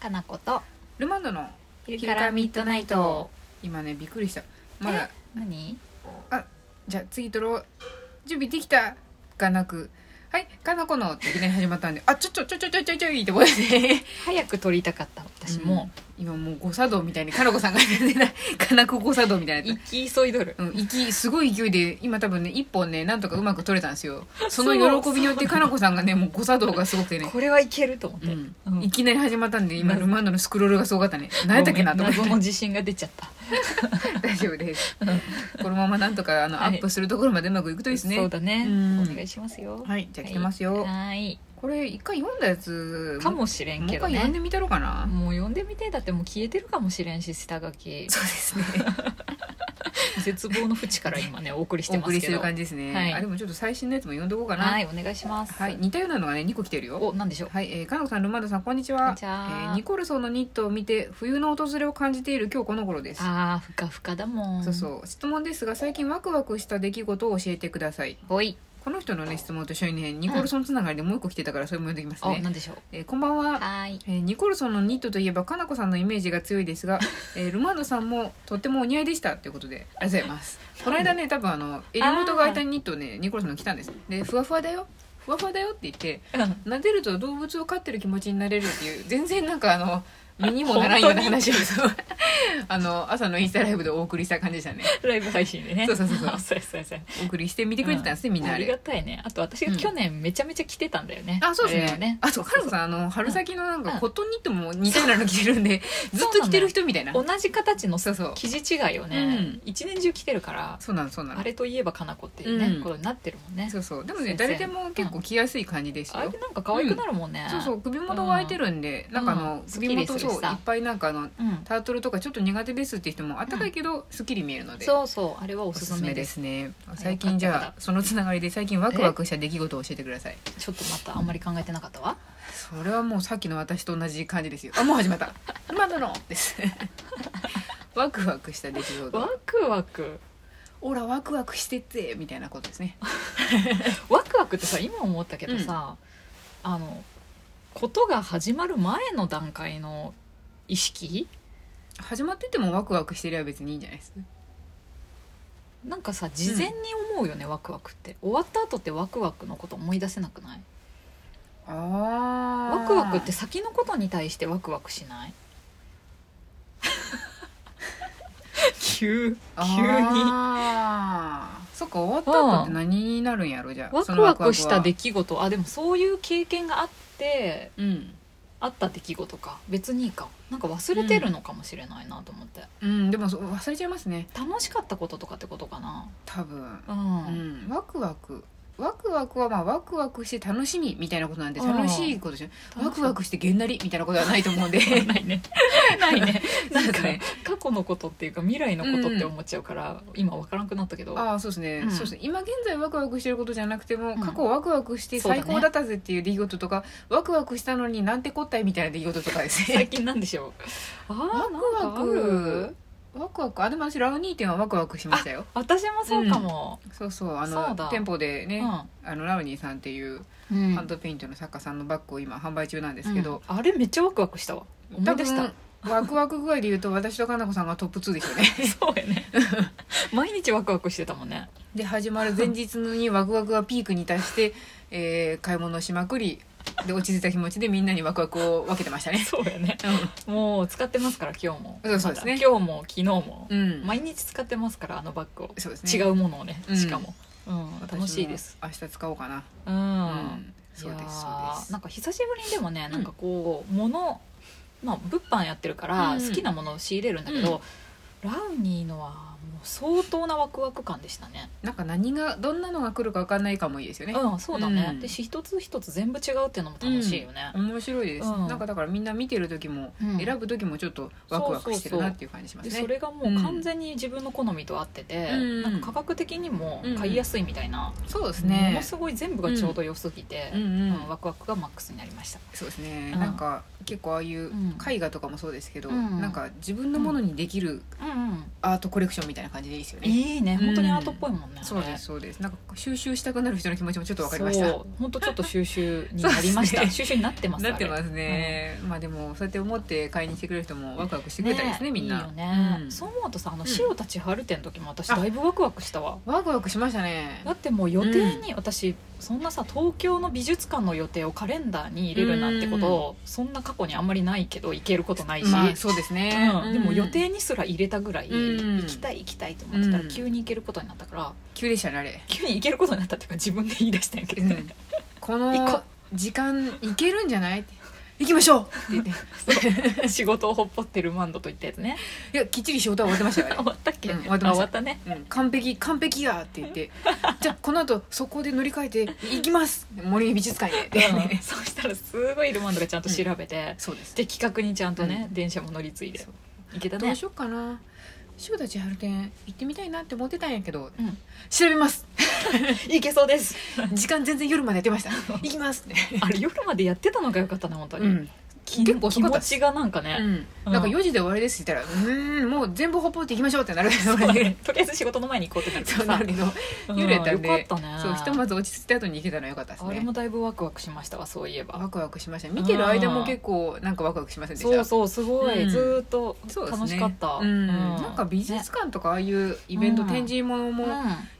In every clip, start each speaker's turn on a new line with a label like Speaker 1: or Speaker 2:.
Speaker 1: かなこと
Speaker 2: ルマンドの
Speaker 1: 昼からミッドナイト
Speaker 2: 今ねびっくりしたまだ
Speaker 1: 何
Speaker 2: じゃあ次撮ろう準備できたがなくはいかなこのっていきなり始まったんであちょちょちょちょちょちょちょいって思って
Speaker 1: 早く撮りたかった私も、
Speaker 2: うん今もう誤作動みたいにかなこさんが出てないかなこ誤作動みたいなやつ
Speaker 1: き急いどる
Speaker 2: うん、息すごい勢いで今多分ね一本ねなんとかうまく取れたんですよその
Speaker 1: そう
Speaker 2: 喜びによってかなこさんがねもう誤作動がすごくてね
Speaker 1: これはいけると思って、
Speaker 2: うん
Speaker 1: うん
Speaker 2: いきなり始まったんで今
Speaker 1: うん
Speaker 2: ルマンドのスクロールがすごかったね何やったっけなと
Speaker 1: ごめ
Speaker 2: 思
Speaker 1: ん
Speaker 2: って
Speaker 1: 謎の自信が出ちゃった
Speaker 2: 大丈夫ですこのままなんとかあの、
Speaker 1: はい
Speaker 2: アップするところまでうまくいくといいですね
Speaker 1: そうだね
Speaker 2: うん
Speaker 1: お願いしますよ
Speaker 2: はいじゃあ来てますよ、
Speaker 1: はい
Speaker 2: これ一回読んだやつ
Speaker 1: かもしれん
Speaker 2: もう一
Speaker 1: けど
Speaker 2: 回読ん
Speaker 1: ね
Speaker 2: でみたろうかな、
Speaker 1: もう読んでみてだってもう消えてるかもしれんし下書き
Speaker 2: そうです ね
Speaker 1: 絶望の淵から今 ねお送りして
Speaker 2: お
Speaker 1: ま
Speaker 2: 送
Speaker 1: す
Speaker 2: りし
Speaker 1: け
Speaker 2: てる
Speaker 1: ど
Speaker 2: 感じですね、
Speaker 1: はい
Speaker 2: あでもちょっと最新のやつも読んでこうかな
Speaker 1: は
Speaker 2: はい、
Speaker 1: いお願いします
Speaker 2: 似たようなのがね2個来てるよ
Speaker 1: おなんでしょう
Speaker 2: はい、えー、かなこさんルマンドさんこんにち
Speaker 1: こん
Speaker 2: は
Speaker 1: にちは
Speaker 2: えーニコルソンのニットを見て冬の訪れを感じている今日この頃です
Speaker 1: あーふかふかだもん
Speaker 2: そうそう質問ですが最近ワクワクした出来事を教えてください
Speaker 1: ほい
Speaker 2: この人のね質問と一緒にねニコルソンつながりでもう一個来てたからそれも読んできます
Speaker 1: お
Speaker 2: ね、
Speaker 1: なんでしょう
Speaker 2: えーこんばんは
Speaker 1: はーい
Speaker 2: えーニコルソンのニットといえばかなこさんのイメージが強いです が、えールマンドさんもとってもお似合いでしたということでありがとうございますこの間ね多分あの襟元が開いたニットねニコルソンが来たんですでふわふわだよふわふわだよって言って撫でると動物を飼ってる気持ちになれるっていう全然なんかあの身にもならんような話 をそうあの朝のインスタライブでお送りした感じでしたね
Speaker 1: ライブ配信でね
Speaker 2: そうそうそうそ う
Speaker 1: そうそうそう
Speaker 2: お送りして見てくれてたんですね、みんなあ
Speaker 1: あり
Speaker 2: れ
Speaker 1: がたいねあと私が去年めちゃめちゃ着てたんだよね、
Speaker 2: あそうで
Speaker 1: れ
Speaker 2: す
Speaker 1: を
Speaker 2: ねあとかなこさんあの春先のなんかコットンニットも似たようなの着てる んで
Speaker 1: うん
Speaker 2: ずっと着てる人みたいな
Speaker 1: 同じ形の
Speaker 2: そうそう
Speaker 1: 生地違いをね、一年中着てるから
Speaker 2: そうなのそうなの
Speaker 1: あれといえばかなこっていうね、
Speaker 2: うん
Speaker 1: ことになってるもんね
Speaker 2: そうそうでもね
Speaker 1: 先生
Speaker 2: 誰でも結構着やすい感じです
Speaker 1: あれ
Speaker 2: よ
Speaker 1: でなんか可愛くなるもんね、
Speaker 2: そうそう首元が開いてるんで、
Speaker 1: ん
Speaker 2: なんかあの、
Speaker 1: うん
Speaker 2: 首
Speaker 1: すっ
Speaker 2: 元
Speaker 1: きりす
Speaker 2: そうい
Speaker 1: る
Speaker 2: っ
Speaker 1: しさ
Speaker 2: ぱいなんかあの
Speaker 1: うん、
Speaker 2: タートルとかちょっと苦手ですって人もあったかいけど、すっきり見えるので
Speaker 1: そうそうあれはお
Speaker 2: お
Speaker 1: す
Speaker 2: す
Speaker 1: す
Speaker 2: す
Speaker 1: め
Speaker 2: め
Speaker 1: で
Speaker 2: ですすね
Speaker 1: す
Speaker 2: 最近じ
Speaker 1: よか
Speaker 2: ゃ
Speaker 1: っ
Speaker 2: あそのつながりで最近ワクワクした出来事を教えてください
Speaker 1: ちょっとまたあんまり考えてなかったわ
Speaker 2: それはもうさっきの私と同じ感じですよあもう始まった今なのです ワクワクした出来
Speaker 1: ワ
Speaker 2: 事
Speaker 1: クワク
Speaker 2: オラワクワクしてってみたいなことですね
Speaker 1: ワクワクってさ今思ったけどさ、あのことが始まる前の段階の意識
Speaker 2: 始まっててもワクワクしてりゃ別にいいんじゃないですか
Speaker 1: なんかさ事前に思うよね、ワクワクって終わった後ってワクワクのこと思い出せなくない
Speaker 2: あー
Speaker 1: ワクワクって先のことに対してワクワクし ない急
Speaker 2: あー そっか終わった後って何になるんやろじゃあ
Speaker 1: ワ
Speaker 2: そ
Speaker 1: ク
Speaker 2: の
Speaker 1: ワクした
Speaker 2: は
Speaker 1: 出来事あでもそういう経験があって
Speaker 2: うん、
Speaker 1: あった出来事か別にいいかなんか忘れてるのかもしれないなと思って、
Speaker 2: うん、でもそう忘れちゃいますね
Speaker 1: 楽しかったこととかってことかな
Speaker 2: 多
Speaker 1: う
Speaker 2: 分、
Speaker 1: ん、
Speaker 2: うん、ワクワクワクワクはまあワクワクして楽しみみたいなことなんで
Speaker 1: うん
Speaker 2: 楽しいことじゃ
Speaker 1: 楽しい
Speaker 2: ワクワクしてげんなりみたいなことはないと思うんで
Speaker 1: ないねないねなんか
Speaker 2: そうですね
Speaker 1: 過去のことっていうか未来のことって思っちゃうから、今わからんくなったけど
Speaker 2: ああそうですね、
Speaker 1: うん
Speaker 2: そうですね今現在ワクワクしてることじゃなくても、
Speaker 1: うん
Speaker 2: 過去ワクワクして
Speaker 1: そうだね
Speaker 2: 最高だったぜっていう出来事とか、ワクワクしたのになんてこったいみたいな出来事と かです
Speaker 1: 最
Speaker 2: ね
Speaker 1: 近なんでしょうあ
Speaker 2: ワ
Speaker 1: ー
Speaker 2: ク
Speaker 1: なん
Speaker 2: ワ
Speaker 1: かある
Speaker 2: クワクワクあでも私ラウニー店はワクワクしましたよ
Speaker 1: 私もそうかも、
Speaker 2: そうそうあ
Speaker 1: そう
Speaker 2: の
Speaker 1: だ
Speaker 2: 店舗で
Speaker 1: う
Speaker 2: ね、
Speaker 1: ん
Speaker 2: あのラウニーさんっていう
Speaker 1: うん
Speaker 2: ハンドペイントの作家さんのバッグを今販売中なんですけど、
Speaker 1: うんあれめっちゃワクワクしたわ思い出した
Speaker 2: 多分ワクワク具合で言うと私とかなこさんがトップ2ですよ ね
Speaker 1: そうやね毎日ワクワクしてたもんね
Speaker 2: で始まる前日にワクワクがピークに達して、えー買い物をしまくりで落ち着いた気持ちでみんなにワクワクを分けてましたね
Speaker 1: そうやねもう使ってますから今日も
Speaker 2: うんそうですね
Speaker 1: まだ今日も昨日も、
Speaker 2: うん、うん
Speaker 1: 毎日使ってますからあのバッグを、
Speaker 2: そうですね
Speaker 1: 違うものをね、
Speaker 2: うん
Speaker 1: しかも、うん、楽しいです
Speaker 2: 私も明日使おうかな
Speaker 1: うん、
Speaker 2: うんそう
Speaker 1: いや
Speaker 2: です
Speaker 1: ー
Speaker 2: そうです
Speaker 1: なんか久しぶりにでもねなんかこう、物まあ物販やってるから
Speaker 2: うん
Speaker 1: 好きなものを仕入れるんだけど、ラウニーのはもう相当なワクワク感でしたね
Speaker 2: なんか何がどんなのが来るか分かんないかもいいですよね、
Speaker 1: うんそうだね、
Speaker 2: うん
Speaker 1: で一つ一つ全部違うっていうのも楽しいよね、
Speaker 2: 面白いです、
Speaker 1: うん
Speaker 2: なんかだからみんな見てる時も、
Speaker 1: うん
Speaker 2: 選ぶ時もちょっとワクワクしてるなっていう感じします
Speaker 1: で
Speaker 2: ね
Speaker 1: それがもう完全に自分の好みと合ってて、
Speaker 2: うん
Speaker 1: なんか価格的にも買いやすいみたいな、
Speaker 2: そうです
Speaker 1: も
Speaker 2: ね
Speaker 1: のすごい全部がちょうど良すぎて、
Speaker 2: うんうん
Speaker 1: うんワクワクがマックスになりました
Speaker 2: そうですね、
Speaker 1: うん
Speaker 2: なんか結構ああいうん絵画とかもそうですけど、
Speaker 1: うん
Speaker 2: なんか自分のものにできる
Speaker 1: うんうん
Speaker 2: アートコレクションみたいな感じでいいですよね
Speaker 1: いいね本当にアートっぽいもんね、あれ
Speaker 2: そうですそうですなんか収集したくなる人の気持ちもちょっとわかりました
Speaker 1: そう本当ちょっと収集になりまし
Speaker 2: そう
Speaker 1: た、
Speaker 2: です
Speaker 1: 収集になってます
Speaker 2: なって
Speaker 1: あ
Speaker 2: ま
Speaker 1: れ
Speaker 2: すね、まあでもそうやって思って買いに来てくれる人もワクワクしてくれたりですねみんない
Speaker 1: いよね、
Speaker 2: うん
Speaker 1: そう思うとさあの
Speaker 2: ん
Speaker 1: 塩たち春展の時も私だいぶワクワクしたわ、
Speaker 2: ワクワクしましたね
Speaker 1: だってもう予定に、私そんなさ東京の美術館の予定をカレンダーに入れるなんてこと、そんな過去にあんまりないけど行けることないし、
Speaker 2: まあそうですね、
Speaker 1: うんでも予定にすら入れたぐらい、
Speaker 2: うん
Speaker 1: 行きたい行きたいと思ってたら
Speaker 2: うん
Speaker 1: 急に行けることになったから、
Speaker 2: 急でしたねあれ、
Speaker 1: 急に行けることになったっていうか自分で言い出したんやけ
Speaker 2: う
Speaker 1: どね、
Speaker 2: ん、こ
Speaker 1: 行こ
Speaker 2: の
Speaker 1: う
Speaker 2: 時間いけるんじゃない行きましょうって言って
Speaker 1: 仕事をほっぽってるマンドといったやつね
Speaker 2: いやきっちり仕事は終わってましたよあれ
Speaker 1: 終わったっけ、
Speaker 2: うん終わってま
Speaker 1: あ終
Speaker 2: した
Speaker 1: わったね
Speaker 2: うん完璧完璧やって言ってじゃあこの後そこで乗り換えて行きます森美術館へって、
Speaker 1: うん、そうしたらすごいルマンドがちゃんと調べて、
Speaker 2: そうです
Speaker 1: で企画にちゃんとね、電車も乗り継いで
Speaker 2: そう
Speaker 1: 行けた
Speaker 2: どう
Speaker 1: ね
Speaker 2: しようかな塩田千春店行ってみたいなって思ってたんやけど、
Speaker 1: うん
Speaker 2: 調べます
Speaker 1: 行けそうです
Speaker 2: 時間全然夜までやってました 行きますって、
Speaker 1: あれ夜までやってたのがよかったね本当
Speaker 2: う
Speaker 1: に、
Speaker 2: ん、
Speaker 1: き
Speaker 2: 結構遅
Speaker 1: 気
Speaker 2: かった
Speaker 1: 持
Speaker 2: です
Speaker 1: ちがなんかね、
Speaker 2: うん、なんか4時で終わりですって言ったら「うーんもう全部ほっぽって行きましょう」ってなるそ
Speaker 1: と
Speaker 2: れ
Speaker 1: り
Speaker 2: で
Speaker 1: あえず仕事の前に行こうってなる
Speaker 2: そう
Speaker 1: から
Speaker 2: なるけど
Speaker 1: さ
Speaker 2: 夜やったん
Speaker 1: よ
Speaker 2: で
Speaker 1: かったね
Speaker 2: そうひとまず落ち着いた後に行けたのはよかったです
Speaker 1: あれ
Speaker 2: ね
Speaker 1: もだいぶワクワクしましたわそういえば
Speaker 2: ワクワクしました見てる間も結構なんかワクワクしませんでした
Speaker 1: そうそうすごい、
Speaker 2: うん
Speaker 1: ずーっと
Speaker 2: そうです
Speaker 1: 楽
Speaker 2: ね
Speaker 1: しかった、
Speaker 2: うんなんか美
Speaker 1: ね
Speaker 2: 術館とかああいうイベント、
Speaker 1: うん
Speaker 2: 展示物も
Speaker 1: うん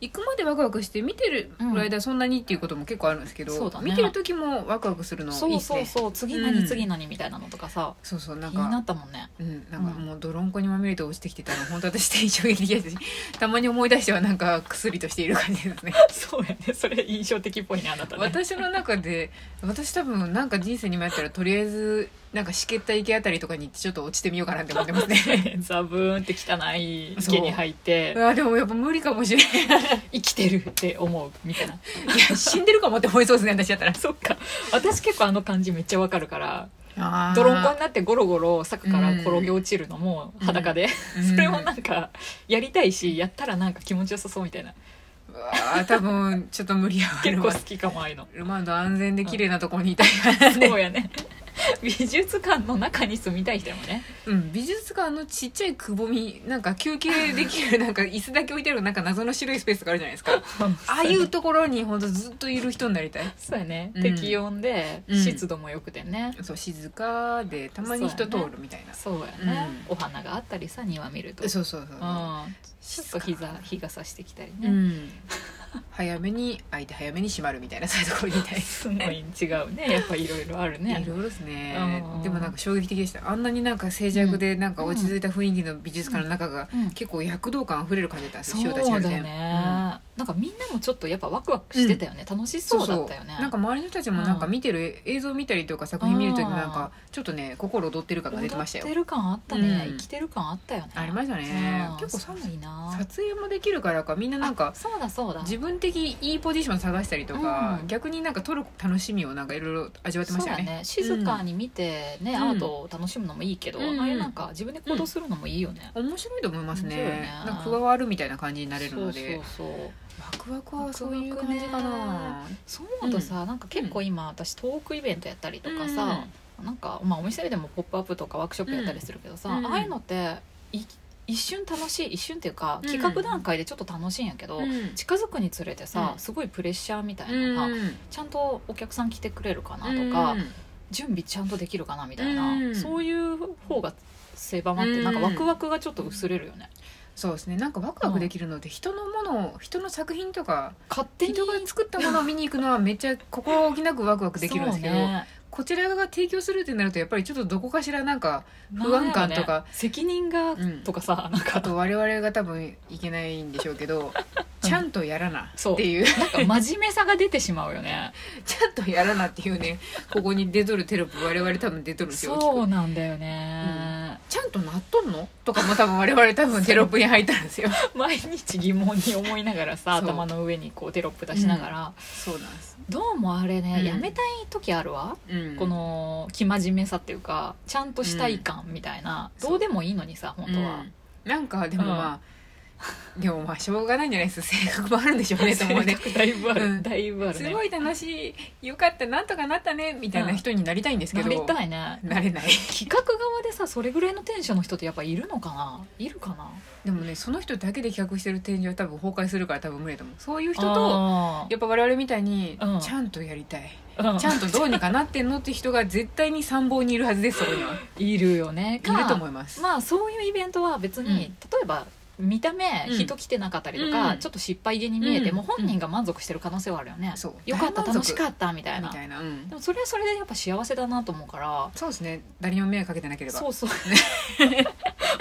Speaker 2: 行くまでワクワクして見てる間そんなにっていうことも結構あるんですけど、
Speaker 1: そうだね
Speaker 2: 見てる時もワクワクするのいい
Speaker 1: そ
Speaker 2: で
Speaker 1: う
Speaker 2: す
Speaker 1: そう
Speaker 2: ね
Speaker 1: そう次
Speaker 2: う
Speaker 1: 何
Speaker 2: ん
Speaker 1: 次何みたいなのとかさ、
Speaker 2: そうそうなん
Speaker 1: 気にな
Speaker 2: か
Speaker 1: ったもん ね
Speaker 2: うん、なんかもう泥んこにまみれて落ちてきてたの本当私って衝撃的ですしたまに思い出してはなんか薬としている感じですね
Speaker 1: そうやねそれ印象的っぽいねあなたね
Speaker 2: 私の中で私多分なんか人生にもやったらとりあえずなんかしけった池あたりとかに行ってちょっと落ちてみようかなって思ってます ね
Speaker 1: ザブーンって汚い池に入って
Speaker 2: あでもやっぱ無理かもしれない
Speaker 1: 生きてるって思うみたいない
Speaker 2: や死んでるかもって思い そうですね私だったら
Speaker 1: そっか私結構あの感じめっちゃわかるから
Speaker 2: あー
Speaker 1: 泥んこになってゴロゴロ柵から転げ落ちるのも
Speaker 2: うん
Speaker 1: 裸で、
Speaker 2: う ん
Speaker 1: それもなんかやりたいしやったらなんか気持ちよさそうみたいな
Speaker 2: うわー多分ちょっと無理やわ
Speaker 1: 結構好きかもああいうの
Speaker 2: ルマンド安全で綺麗なとこにいたいな、
Speaker 1: そうやね 美術館の中に住みたい人もね
Speaker 2: うん、美術館のちっちゃいくぼみなんか休憩できるなんか椅子だけ置いてあるなんか謎の白いスペースがあるじゃないです かああいうところに本当ずっといる人になりたい
Speaker 1: そうやね、
Speaker 2: うん
Speaker 1: 適温で
Speaker 2: うん
Speaker 1: 湿度も良くてね、
Speaker 2: そう静かでたまに人通るみたいなそ
Speaker 1: そうやね、
Speaker 2: う
Speaker 1: お花があったりさ庭見ると
Speaker 2: う,、そうそうそ
Speaker 1: う
Speaker 2: う、
Speaker 1: ん、ちょっと膝
Speaker 2: 静か
Speaker 1: 日がさしてきたり
Speaker 2: う
Speaker 1: ね、
Speaker 2: ん、 早めに開いて早めに閉まるみたいなそういうところにいたい
Speaker 1: すごい違うねやっぱいろいろあるね
Speaker 2: いろいろですね
Speaker 1: うん
Speaker 2: でもなんか衝撃的でしたあんなになんか静寂でなんか落ち着いた雰囲気の美術館の中が
Speaker 1: うん
Speaker 2: 結構躍動感あふれる感じだったんです
Speaker 1: そう
Speaker 2: よ
Speaker 1: だ
Speaker 2: 塩
Speaker 1: よ
Speaker 2: 田千春
Speaker 1: ね、
Speaker 2: 店
Speaker 1: なんかみんなもちょっとやっぱワクワクしてたよね、楽しそうだったよね
Speaker 2: なんか周りの人たちもなんか見てる映像見たりとか作品見るとき
Speaker 1: うん
Speaker 2: なんかちょっとね心躍ってる感が出てましたよ
Speaker 1: 踊ってる感あったね、
Speaker 2: うん
Speaker 1: 生きてる感あったよね
Speaker 2: ありましたね
Speaker 1: うん
Speaker 2: 結構寒い
Speaker 1: 寒いな
Speaker 2: 撮影もできるからかみんななんか
Speaker 1: あそうだそうだ
Speaker 2: 自分的いいポジション探したりとか、
Speaker 1: うん
Speaker 2: 逆になんか撮る楽しみをなんかいろいろ味わってま
Speaker 1: そう
Speaker 2: したよ
Speaker 1: だ
Speaker 2: ね
Speaker 1: ね静かに見てね、
Speaker 2: うん
Speaker 1: アートを楽しむのもいいけど、
Speaker 2: うん
Speaker 1: ああいうなんか自分で行動するのもいいよね、
Speaker 2: 面白いと思いますね
Speaker 1: 面白いね
Speaker 2: なんか加わるみたいな感じになれるので
Speaker 1: そうそうそう
Speaker 2: ワクワクはそういう感じかな
Speaker 1: そう思うとさ、なんか結構今私トークイベントやったりとかさ、なんか、まあ、お店でも「ポップアップとかワークショップやったりするけどさ、
Speaker 2: うん
Speaker 1: ああいうのってい一瞬楽しい一瞬っていうか
Speaker 2: うん
Speaker 1: 企画段階でちょっと楽しいんやけど、
Speaker 2: うんうん
Speaker 1: 近づくにつれてさ、
Speaker 2: うん
Speaker 1: すごいプレッシャーみたいなのが、
Speaker 2: うん
Speaker 1: ちゃんとお客さん来てくれるかなとか、
Speaker 2: うん
Speaker 1: 準備ちゃんとできるかなみたいな、
Speaker 2: うん
Speaker 1: そういう方が狭まって、
Speaker 2: うん
Speaker 1: なんかワクワクがちょっと薄れるよね。
Speaker 2: そうですねなんかワクワクできるので人のものを人の作品とか
Speaker 1: 勝手に
Speaker 2: 人が作ったものを見に行くのはめっちゃ心置きなくワクワクできるんですけど、
Speaker 1: そうね
Speaker 2: こちら側が提供するってなるとやっぱりちょっとどこかしらなんか不安感と
Speaker 1: なん
Speaker 2: か
Speaker 1: やろね責任が
Speaker 2: うん
Speaker 1: とかさ、なんか
Speaker 2: あと我々が多分いけないんでしょうけ どちゃんとやらな
Speaker 1: そう
Speaker 2: っていう
Speaker 1: なんか真面目さが出てしまうよね
Speaker 2: ちゃんとやらなっていうねここに出とるテロップ我々多分出とるんです よ
Speaker 1: そう
Speaker 2: きっと
Speaker 1: なんだよね、
Speaker 2: ちゃんとなっとんのとかも多分我々多分テロップに入ったんですよ
Speaker 1: 毎日疑問に思いながらさ
Speaker 2: そう
Speaker 1: 頭の上にこうテロップ出しながら、
Speaker 2: そうなんです、
Speaker 1: どうもあれね、
Speaker 2: うん
Speaker 1: やめたい時あるわ、
Speaker 2: うん、
Speaker 1: この生真面目さっていうかちゃんとしたい感みたいな、
Speaker 2: うん
Speaker 1: どうでもいいのにさ本当は、
Speaker 2: うんなんかでもまあ、でもまあしょうがないんじゃないですか 性格もあるんでしょうねと
Speaker 1: 性
Speaker 2: 思うね
Speaker 1: 格 だいぶある、
Speaker 2: うん
Speaker 1: だいぶある
Speaker 2: す
Speaker 1: ね
Speaker 2: ごい楽しいよかったなんとかなったねみたいな人になりたいんですけ
Speaker 1: な
Speaker 2: ど、
Speaker 1: りたいね
Speaker 2: なれない
Speaker 1: 企画側でさそれぐらいのテンションの人ってやっぱいるのかないるかな
Speaker 2: でもねその人だけで企画してる展示は多分崩壊するから多分無理だと思うそういう人と
Speaker 1: あー
Speaker 2: やっぱ我々みたいに
Speaker 1: うん
Speaker 2: ちゃんとやりたい、
Speaker 1: うん
Speaker 2: ちゃんとどうにかなってんのって人が絶対に参謀にいるはずですそこにはい
Speaker 1: るよね
Speaker 2: いると思
Speaker 1: う
Speaker 2: います、
Speaker 1: まあそういうイベントは別に、
Speaker 2: うん
Speaker 1: 例えば見た目
Speaker 2: うん
Speaker 1: 人来てなかったりとか、
Speaker 2: うん
Speaker 1: ちょっと失敗げに見えても
Speaker 2: うん
Speaker 1: 本人が満足してる可能性はあるよね、
Speaker 2: そう
Speaker 1: よかった
Speaker 2: 大満足
Speaker 1: 楽しかったみたい
Speaker 2: み
Speaker 1: な
Speaker 2: たいな、うん
Speaker 1: でもそれはそれでやっぱ幸せだなと思うから
Speaker 2: そうですね誰にも迷惑かけてなければ
Speaker 1: そうそう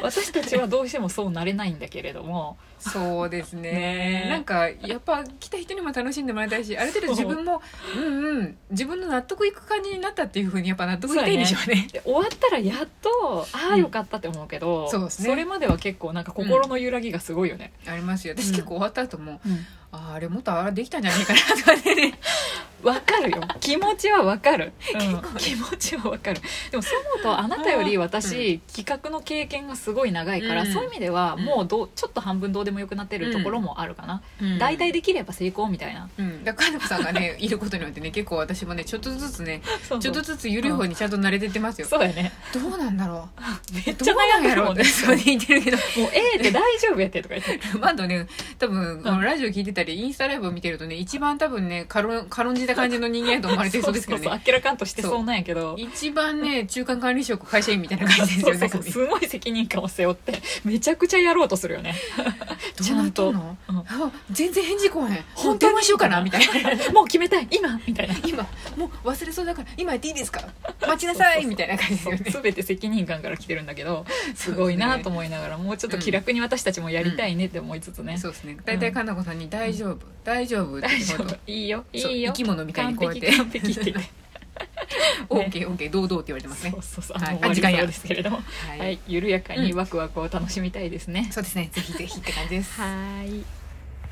Speaker 1: 私たちはどうしてもそうなれないんだけれども
Speaker 2: そうです ね
Speaker 1: ねえ
Speaker 2: なんかやっぱ来た人にも楽しんでもらいたいしある程度自分もうんうん自分の納得いく感じになったっていうふうにやっぱ納得いきたいんでしょうね
Speaker 1: で終わったらやっとあ
Speaker 2: う
Speaker 1: あ
Speaker 2: ん
Speaker 1: よかったって思うけど、
Speaker 2: そうですね
Speaker 1: れまでは結構なんか心の揺らぎがすごいよね、
Speaker 2: ありますよ私
Speaker 1: うん
Speaker 2: 結構終わった後も、
Speaker 1: うん
Speaker 2: あーあれもっとあれできたんじゃないかなとかね
Speaker 1: わか るよ気持ちはわかる、気持ちはわかるでもそう思うとあなたより私、企画の経験がすごい長いから、
Speaker 2: うん
Speaker 1: そういう意味では
Speaker 2: うん
Speaker 1: もうどうちょっと半分どうでもよくなってるところもあるかな、大体
Speaker 2: で、
Speaker 1: できれば成功みたいな、
Speaker 2: うん、だから金子さんがねいることによってね結構私もねちょっとずつね
Speaker 1: そうそ
Speaker 2: ちょ
Speaker 1: う
Speaker 2: っとずつ緩い方にちゃんと慣れてってますよ
Speaker 1: そうやね
Speaker 2: どうなんだろ
Speaker 1: めっ
Speaker 2: う
Speaker 1: ち
Speaker 2: ど
Speaker 1: ゃ
Speaker 2: うな
Speaker 1: 悩
Speaker 2: ん
Speaker 1: んでるも
Speaker 2: だろうんっ
Speaker 1: ね
Speaker 2: てそう言ってる けど
Speaker 1: もう A って大丈夫やってとか言って
Speaker 2: ルマンドね多分、
Speaker 1: ん
Speaker 2: あのラジオ聞いてたりインスタライブを見てるとね一番多分ね軽ん軽んじた感じの人間やと思われてそうですけ ど
Speaker 1: そう
Speaker 2: ね
Speaker 1: そうそう明らかんとしてそうなんやけど
Speaker 2: 一番ね中間管理職会社員みたいな感じです
Speaker 1: そ
Speaker 2: よ
Speaker 1: うそ
Speaker 2: ね
Speaker 1: うそうすごい責任感を背負ってめちゃくちゃやろうとするよねちゃんと
Speaker 2: どうなってん
Speaker 1: うん
Speaker 2: のあ全然返事来へん
Speaker 1: 本
Speaker 2: 本
Speaker 1: 当
Speaker 2: 当
Speaker 1: に
Speaker 2: にしようかなみたいな
Speaker 1: もう決めたい今みたいな
Speaker 2: 今もう忘れそうだから今やっていい ですか待ちなさいみたいな感じですよね
Speaker 1: 全て責任感から来てるんだけどすごいなと思いながらもうちょっと気楽に私たちもやりたいねって思いつつね、
Speaker 2: そうですね大体かなこさんに「大丈夫大丈夫」って
Speaker 1: 大
Speaker 2: 言
Speaker 1: 丈
Speaker 2: うと
Speaker 1: 夫いいよい
Speaker 2: そう
Speaker 1: いよ
Speaker 2: 生き物みたいに
Speaker 1: 完
Speaker 2: こうやって
Speaker 1: 璧完璧 って言って
Speaker 2: 「オーケーオーケー堂々」って言われてますね
Speaker 1: そうそうそう、
Speaker 2: はい
Speaker 1: もう
Speaker 2: あ
Speaker 1: 終
Speaker 2: 時
Speaker 1: わ
Speaker 2: 間
Speaker 1: り
Speaker 2: や
Speaker 1: そうですけれども、
Speaker 2: は
Speaker 1: はい、緩やかにワクワクを楽しみたいですね、
Speaker 2: そうですねぜひぜひって感じです
Speaker 1: はーい